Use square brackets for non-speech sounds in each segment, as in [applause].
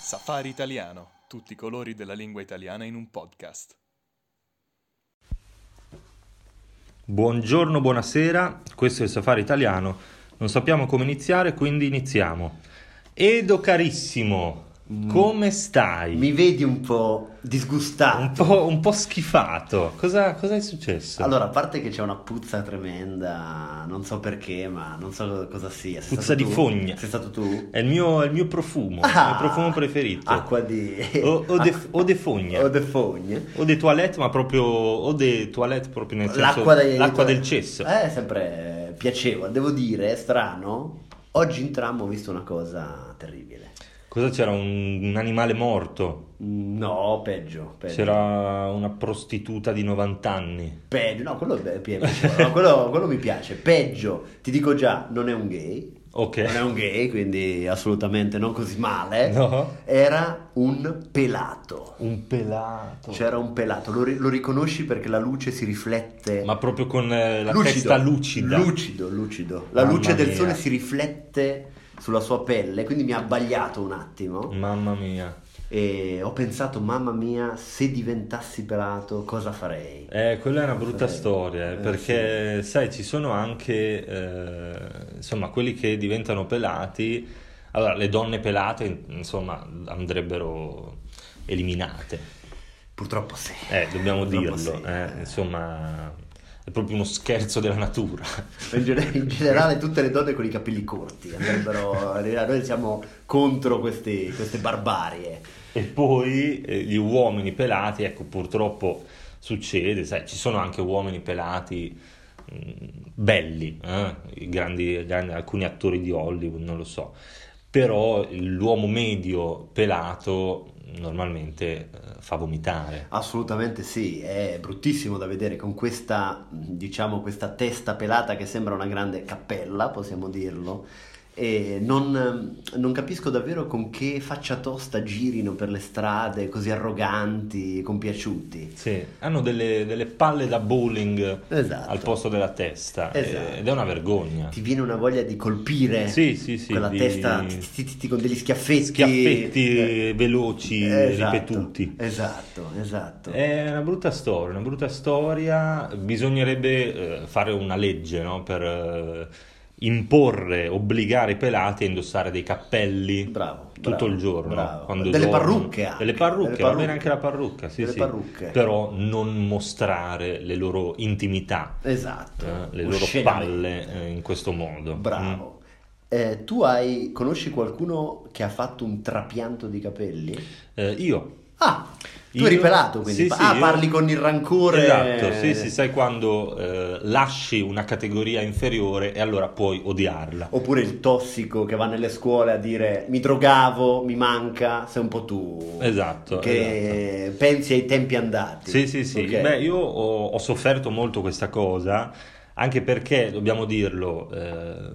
Safari Italiano, tutti i colori della lingua italiana in un podcast. Buongiorno, buonasera, questo è il Safari Italiano. Non sappiamo come iniziare, quindi iniziamo. Edo carissimo, come stai? Mm. Mi vedi un po' disgustato. Un po', un po' schifato. Cosa, cosa è successo? Allora, a parte che c'è una puzza tremenda, non so perché, ma non so cosa sia. Sei Puzza stato di tu? fogna. Sei stato tu? È il mio, è il mio profumo, Ah! il mio profumo preferito. Acqua di... O, o de, acqua- o de fogna. ah. o de fogne. O de toilette, ma proprio... O de toilette proprio nel senso... L'acqua, dei- l'acqua del cesso. Eh, è sempre eh, piacevole. Devo dire, è strano. Oggi in tram ho visto una cosa terribile. Cosa c'era? Un- un animale morto. No, peggio, peggio. C'era una prostituta di 90 anni. Peggio, no, quello, è piacevole. No, quello- quello mi piace. Peggio, ti dico già, non è un gay. Non Ok. è un gay, quindi assolutamente non così [laughs] male. No. Era un pelato. Un pelato. C'era un pelato, lo, ri- lo riconosci perché la luce si riflette. Ma proprio con eh, la testa lucida. Lucido, lucido. La Mamma luce del mia. sole si riflette sulla sua pelle, quindi mi ha abbagliato un attimo. Mamma mia. E ho pensato, mamma mia, se diventassi pelato, cosa farei? Eh, quella è una brutta Eh, storia, eh, eh, perché sai, ci sono anche, eh, insomma, quelli che diventano pelati. Allora, le donne pelate, insomma, andrebbero eliminate. Purtroppo sì. Eh, dobbiamo Purtroppo dirlo. sì. eh, insomma, è proprio uno scherzo della natura. In, gener- in generale tutte le donne con i capelli corti andrebbero. "Ah, noi siamo contro questi- queste barbarie. E poi eh, gli uomini pelati, ecco, purtroppo succede, sai, ci sono anche uomini pelati mh, belli, eh, i grandi- grandi- alcuni attori di Hollywood, non lo so. Però l'uomo medio pelato normalmente eh, fa vomitare. Assolutamente sì, è bruttissimo da vedere con questa, mh, diciamo, questa testa pelata che sembra una grande cappella, possiamo dirlo. E non, non capisco davvero con che faccia tosta girino per le strade così arroganti e compiaciuti. Sì, hanno delle, delle palle da bowling Esatto. al posto della testa eh, Esatto. ed è una vergogna. Ti viene una voglia di colpire Sì, sì, sì, quella di- testa ti- ti- ti- ti- con degli schiaffetti. Schiaffetti Eh, veloci, esatto, ripetuti. Eh, Esatto, esatto. È una brutta storia, una brutta storia. Bisognerebbe eh, fare una legge, no? Per eh, imporre, obbligare i pelati a indossare dei cappelli Eh, Bravo, tutto bravo, il giorno. bravo. quando delle dormono. parrucche anche, Delle parrucche, delle va bene anche la parrucca, sì, Delle sì. parrucche. Però non mostrare le loro intimità, Esatto, eh, le loro oscenamente. palle eh, in questo modo. Mm. Bravo. Eh, tu hai, conosci qualcuno che ha fatto un trapianto di capelli? Eh, io Ah, tu Io- eri pelato quindi. Sì, Pa- sì, ah, io- parli con il rancore. Esatto, sì, sì, sai quando eh, lasci una categoria inferiore e allora puoi odiarla. Oppure il tossico che va nelle scuole a dire mi drogavo, mi manca, sei un po' tu. Esatto, Che pensi ai tempi andati. Sì, sì, sì. Ok. Beh, io ho, ho sofferto molto questa cosa, anche perché, dobbiamo dirlo, eh,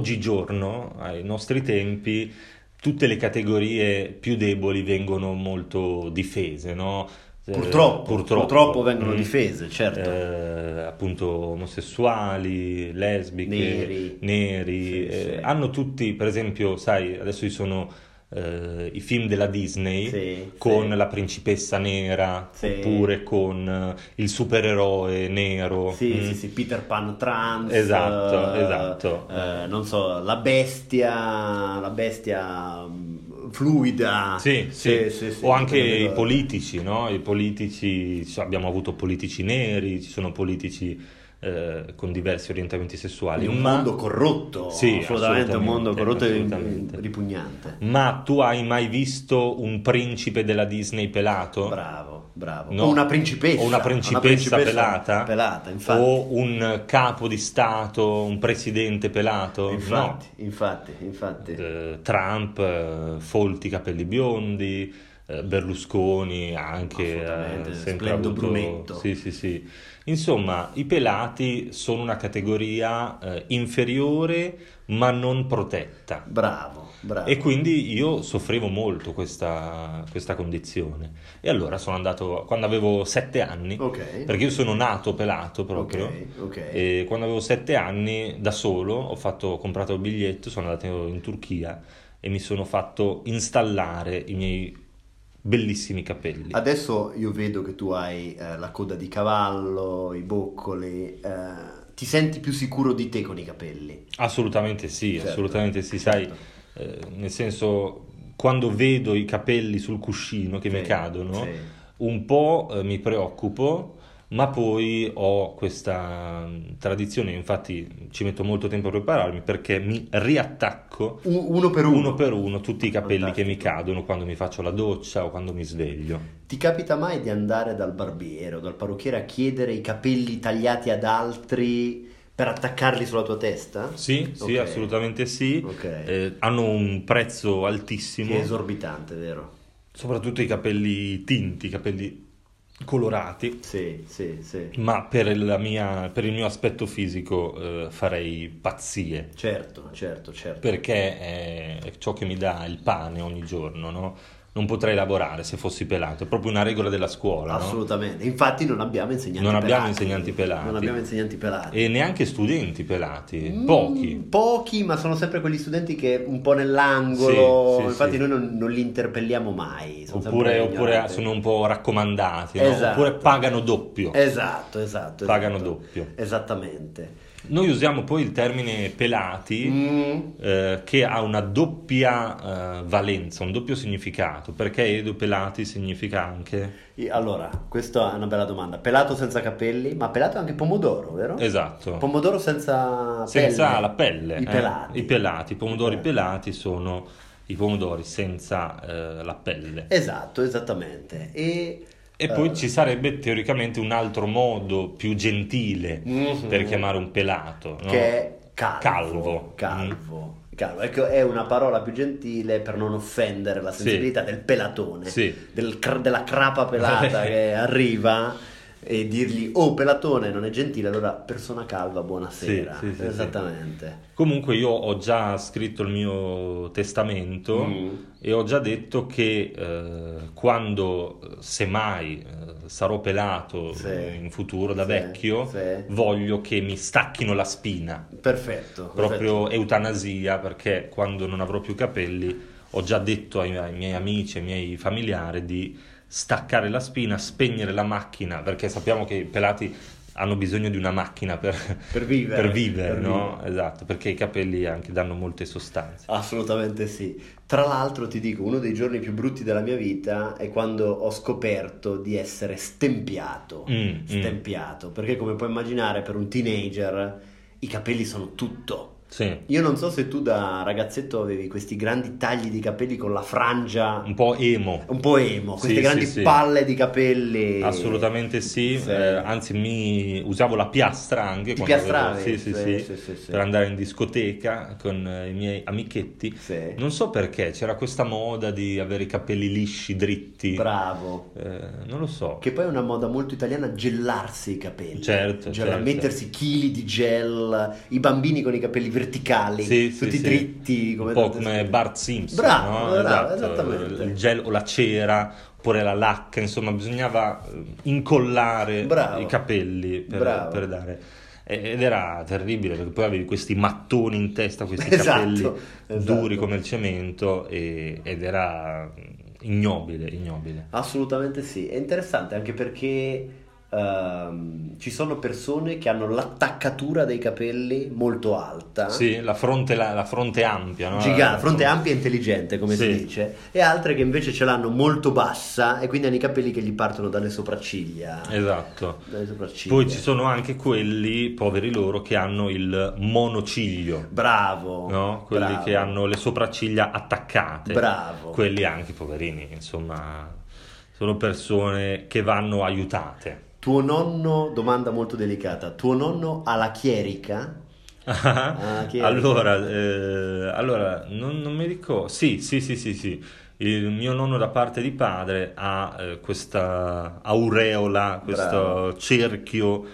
oggigiorno, ai nostri tempi, tutte le categorie più deboli vengono molto difese, no? Eh, Purtroppo, purtroppo, vengono Mm. difese, certo. Eh, appunto omosessuali, lesbiche, Neri. neri, Sì, eh, sì. hanno tutti, per esempio, sai, adesso ci sono eh, i film della Disney Sì, con sì. la principessa nera, Sì. oppure con eh, il supereroe nero. Sì, Mm. sì, sì, Peter Pan trans, Esatto, eh, esatto. eh, non so, la bestia, la bestia mm, fluida. Sì, sì. o anche i politici, no? I politici, cioè, abbiamo avuto politici neri, ci sono politici eh, con diversi orientamenti sessuali, Quindi un ma... mondo corrotto, Sì, assolutamente un mondo assolutamente, corrotto assolutamente. e ripugnante. Ma tu hai mai visto un principe della Disney pelato? Bravo, bravo. No. O una principessa. O una principessa pelata? Pelata, infatti. O un capo di stato, un presidente pelato? infatti, infatti, infatti. No. Eh, Trump, eh, folti capelli biondi, eh, Berlusconi anche Assolutamente, eh, sempre splendido avuto... brunetto. Sì, sì, sì. Insomma, i pelati sono una categoria eh, inferiore ma non protetta. Bravo, bravo. E quindi io soffrivo molto questa, questa condizione. E allora sono andato, quando avevo sette anni, Ok. perché io sono nato pelato proprio, Ok, ok. e quando avevo sette anni da solo ho, fatto, ho comprato il biglietto, sono andato in Turchia e mi sono fatto installare i miei bellissimi Ah. capelli. Adesso io vedo che tu hai eh, la coda di cavallo, i boccoli, eh, ti senti più sicuro di te con i capelli. Assolutamente sì, Certo, assolutamente sì, certo. sai, eh, nel senso quando vedo i capelli sul cuscino che mi Sì, cadono, sì. un po' eh, mi preoccupo, ma poi ho questa mh, tradizione, infatti ci metto molto tempo a prepararmi perché mi riattacco U- uno per uno. uno per uno tutti i capelli che mi Fantastico. cadono quando mi faccio la doccia o quando mi sveglio. Ti capita mai di andare dal barbiero, dal parrucchiere a chiedere i capelli tagliati ad altri per attaccarli sulla tua testa? Sì, sì, Ok. assolutamente sì. Ok. Eh, hanno un prezzo altissimo. Che è esorbitante, vero? soprattutto i capelli tinti, i capelli colorati, Sì, sì, sì. ma per, la mia- per il mio aspetto fisico eh, farei pazzie, Certo, certo, certo. perché è, è ciò che mi dà il pane ogni giorno, no? Non potrei lavorare se fossi pelato, è proprio una regola della scuola, no? Assolutamente. Infatti non abbiamo insegnanti Non abbiamo pelati. insegnanti pelati. Non abbiamo insegnanti pelati. E neanche studenti pelati, Mm, pochi. Pochi, ma sono sempre quegli studenti che un po' nell'angolo, Sì, sì, infatti sì. noi non, non li interpelliamo mai. sono Oppure, sempre oppure ignoranti. sono un po' raccomandati, no? Esatto. oppure pagano doppio. Esatto, esatto. Pagano esatto. doppio. Esattamente. Noi usiamo poi il termine pelati Mm, eh, che ha una doppia eh, valenza, un doppio significato, perché Edo Pelati significa anche... io- Allora, questa è una bella domanda. Pelato senza capelli, ma pelato anche pomodoro, vero? Esatto, Pomodoro senza senza pelle. la pelle. I eh. pelati. I pelati, i pomodori Eh. pelati sono i pomodori senza eh, la pelle. Esatto, esattamente. E, E poi eh, ci sarebbe teoricamente un altro modo più gentile Mhm. per chiamare un pelato, no? che è calvo. Calvo. Mm. Calvo. calvo. Ecco, è una parola più gentile per non offendere la Sì. sensibilità del pelatone, Sì. del cr- della crapa [laughs] pelata che arriva e dirgli oh pelatone non è gentile, allora persona calva, buonasera. Sì, sì, sì, sì. Esattamente. Comunque io ho già scritto il mio testamento Mm. e ho già detto che eh, quando, eh, semmai, eh, sarò pelato Sì. eh, in futuro da Sì, vecchio, sì. voglio che mi stacchino la spina, Perfetto. proprio eutanasia, perché quando non avrò più capelli ho già detto ai, ai miei amici, ai miei familiari di staccare la spina, spegnere la macchina, perché sappiamo che i pelati hanno bisogno di una macchina per perfetto. per vivere. per vivere, per no? vivere. Esatto, perché i capelli anche danno molte sostanze. Assolutamente sì. Tra l'altro ti dico, uno dei giorni più brutti della mia vita è quando ho scoperto di essere stempiato. Mm, mm. Stempiato, perché come puoi immaginare per un teenager i capelli sono tutto. Sì, Io non so se tu da ragazzetto avevi questi grandi tagli di capelli con la frangia un po' emo. un po' emo, queste Sì, grandi sì, sì. palle di capelli. Assolutamente sì, Eh, Sì. eh, anzi mi usavo la piastra anche Ti quando avevo- piastravi? sì, sì, sì, sì, sì. per andare in discoteca con eh, i miei amichetti. Sì. Non so perché, c'era questa moda di avere i capelli lisci, dritti. Bravo. Eh, non lo so. Che poi è una moda molto italiana gellarsi i capelli. Certo, Gella- certo. mettersi chili di gel, i bambini con i capelli verticali, Sì, sì, tutti sì. dritti. un Come po' come Bart Simpson, Bravo, no? bravo, Esatto, esattamente. il gel o la cera oppure la lacca, insomma, bisognava eh, incollare Bravo. i capelli per, Bravo. per dare. e- Ed era terribile perché poi avevi questi mattoni in testa, questi [laughs] Esatto, capelli esatto. duri come il cemento e- ed era mm, ignobile, ignobile. Assolutamente sì. È interessante anche perché ehm, ci sono persone che hanno l'attaccatura dei capelli molto alta. Sì, la fronte, la, la fronte ampia, no? Ah. eh, Giga, fronte ampia e intelligente, come Sì. si dice, e altre che invece ce l'hanno molto bassa e quindi hanno i capelli che gli partono dalle sopracciglia. Esatto. Dalle sopracciglia. Poi ci sono anche quelli, poveri loro, che hanno il monociglio. Bravo. no? quelli bravo, che hanno le sopracciglia attaccate, Bravo. quelli anche poverini, insomma, sono persone che vanno aiutate. Tuo nonno, domanda molto delicata, tuo nonno ha la chierica? Ah, chi era? allora, eh, allora non, non mi ricordo. Sì, sì, sì, sì, sì. Il mio nonno da parte di padre ha eh, questa aureola, questo Bravo. cerchio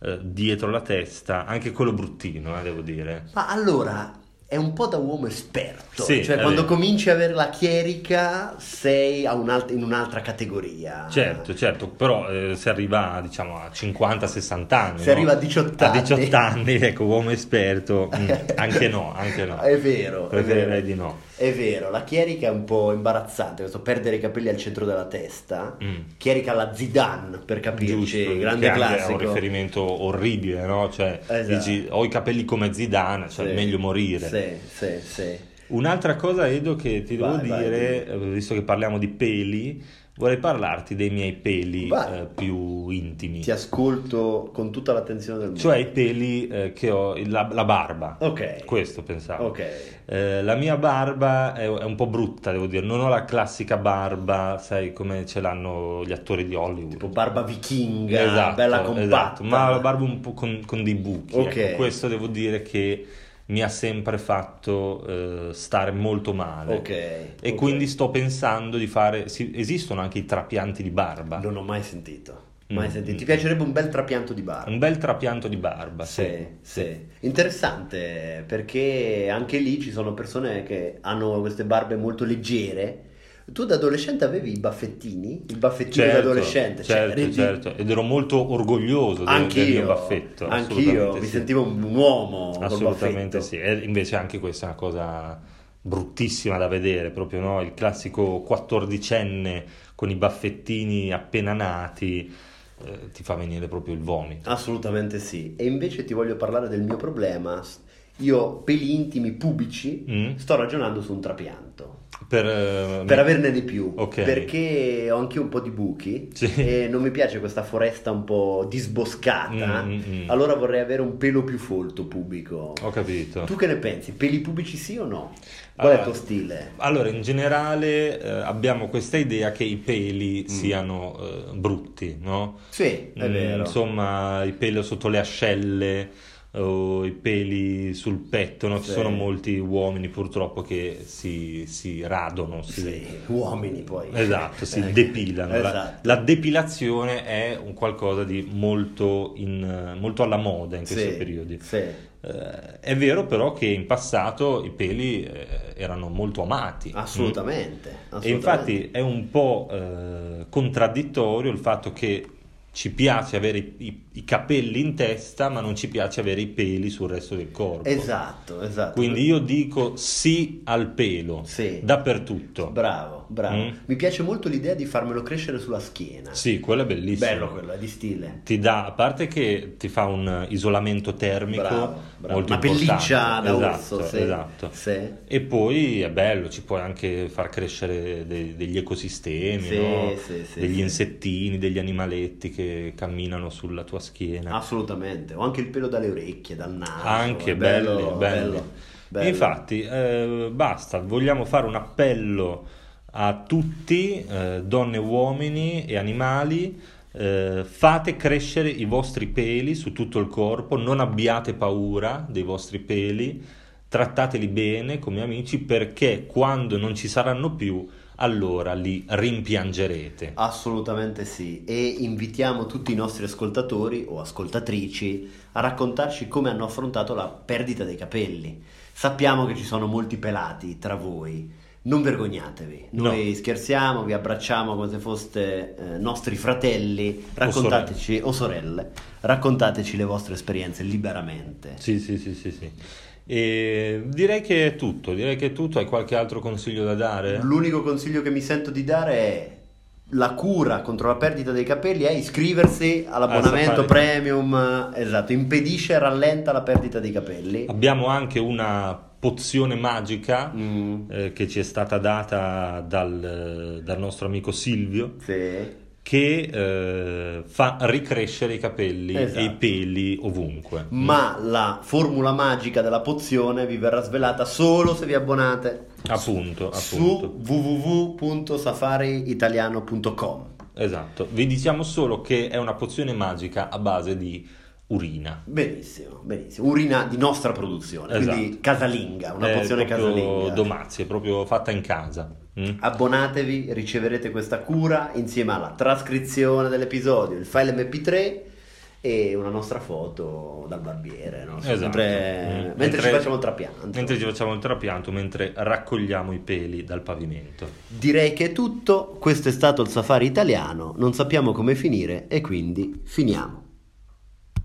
eh, dietro la testa, anche quello bruttino, eh, devo dire. Ma allora, è un po' da uomo esperto, Sì, cioè è quando vero. cominci a avere la chierica sei a un'alt- in un'altra categoria. Certo, certo, però eh, se arriva diciamo a 50-60 anni, Se no? arriva a 18 a anni. 18 anni, ecco, uomo [laughs] esperto, mm, anche no, anche no. È vero, è Preferirei vero. di no. È vero, la chierica è un po' imbarazzante, questo perdere i capelli al centro della testa. Mm. Chierica alla Zidane, per capirci, Giusto, grande grande, È classico. un riferimento orribile, no? Cioè, Esatto. dici, ho i capelli come Zidane, cioè Sì. meglio morire. Sì, sì, sì. Un'altra cosa, Edo, che ti devo Vai, vai, dire, eh, visto che parliamo di peli, vorrei parlarti dei miei peli Vai. eh, più intimi. Ti ascolto con tutta l'attenzione del mondo. Cioè i peli eh, che ho, il- la, la barba. Ok. Questo pensavo. Ok. Eh, la mia barba è, è un po' brutta, devo dire. Non ho la classica barba, sai, come ce l'hanno gli attori di Hollywood. Tipo barba vichinga, bella compatta. esatto, ma la barba un po' con, con dei buchi. Ok. ecco. questo devo dire che mi ha sempre fatto eh, stare molto male. Ok. E ok. quindi sto pensando di fare. sì, esistono anche i trapianti di barba. Non ho mai sentito. Mai Mm, sentito. Ti mm. piacerebbe un bel trapianto di barba? Un bel trapianto di barba, sì. Sì, sì. Interessante perché anche lì ci sono persone che hanno queste barbe molto leggere. Tu da adolescente avevi i baffettini? Il baffettino da adolescente? Cioè, certo, eri- certo. Ed ero molto orgoglioso del, Anch'io, del mio baffetto. anch'io, assolutamente mi sì. sentivo un un uomo col Assolutamente baffetto. sì, E invece anche questa è una cosa bruttissima da vedere, proprio no? il classico quattordicenne con i baffettini appena nati eh, ti fa venire proprio il vomito. Assolutamente sì. E invece ti voglio parlare del mio problema. Io, peli intimi, pubici, Mm? sto ragionando su un trapianto. Per, eh, Per averne di più, Ok. perché ho anche un po' di buchi Sì. e non mi piace questa foresta un po' disboscata, Mm, mm, mm. allora vorrei avere un pelo più folto pubblico. Ho capito. Tu che ne pensi? Peli pubblici sì o no? Qual Allora, mm, è il tuo stile? Allora, in generale eh, abbiamo questa idea che i peli Mm. siano eh, brutti, no? Sì, è Mm, vero. Insomma, i peli sotto le ascelle o i peli sul petto, no? Ci Sì. sono molti uomini purtroppo che si, si radono, si- Sì, uomini poi. Esatto, si Eh, depilano. La- Esatto. La, depilazione è un qualcosa di molto, in- molto alla moda in questi Sì, periodi. sì. Eh, è vero però che in passato i peli eh, erano molto amati. Mm. Assolutamente, assolutamente. E infatti è un po' eh, contraddittorio il fatto che ci piace avere i, i- i capelli in testa, ma non ci piace avere i peli sul resto del corpo. Esatto, esatto. Quindi io dico sì al pelo, Sì. dappertutto. Bravo, bravo. Mm. Mi piace molto l'idea di farmelo crescere sulla schiena. Sì, quello è bellissimo. Bello quello, è di stile. Ti dà, a parte che ti fa un isolamento termico Bravo, bravo. molto Una pelliccia importante. da Esatto, orso, sì. esatto. Sì. E poi è bello, ci puoi anche far crescere de- degli ecosistemi, Sì, no? sì, sì, degli sì. insettini, degli animaletti che camminano sulla tua schiena. Assolutamente, o anche il pelo dalle orecchie, dal naso. anche Ah, è bello, bello. bello. Infatti, eh, basta, vogliamo fare un appello a tutti, eh, donne, uomini e animali. eh, fate crescere i vostri peli su tutto il corpo, non abbiate paura dei vostri peli, trattateli bene come amici perché quando non ci saranno più, allora li rimpiangerete. Assolutamente sì, e invitiamo tutti i nostri ascoltatori o ascoltatrici a raccontarci come hanno affrontato la perdita dei capelli. Sappiamo che ci sono molti pelati tra voi, non vergognatevi, No. noi scherziamo, vi abbracciamo come se foste eh, nostri fratelli, raccontateci, o sorelle, raccontateci le vostre esperienze liberamente. Sì, sì, sì, sì, sì. E direi che è tutto, direi che è tutto. Hai qualche altro consiglio da dare? L'unico consiglio che mi sento di dare è la cura contro la perdita dei capelli è iscriversi all'abbonamento Al Ah, Safari. premium, esatto, impedisce e rallenta la perdita dei capelli. Abbiamo anche una pozione magica Mm, eh, che ci è stata data dal, eh, dal nostro amico Silvio sì. che eh, fa ricrescere i capelli Esatto. e i peli ovunque. Ma la formula magica della pozione vi verrà svelata solo se vi abbonate Appunto, appunto. su www.safariitaliano.com. Esatto. Vi diciamo solo che è una pozione magica a base di urina. Benissimo, benissimo. Urina di nostra produzione, quindi Esatto. casalinga, una È pozione proprio casalinga. Domazia, è proprio fatta in casa. Mm? Abbonatevi, riceverete questa cura insieme alla trascrizione dell'episodio, il file MP3 e e una nostra foto dal barbiere, no? Esatto. Sempre- Mm. mentre, ci facciamo il trapianto. Mentre ci facciamo il trapianto, mentre raccogliamo i peli dal pavimento. Direi che è tutto, questo è stato il safari italiano, non sappiamo come finire e quindi finiamo.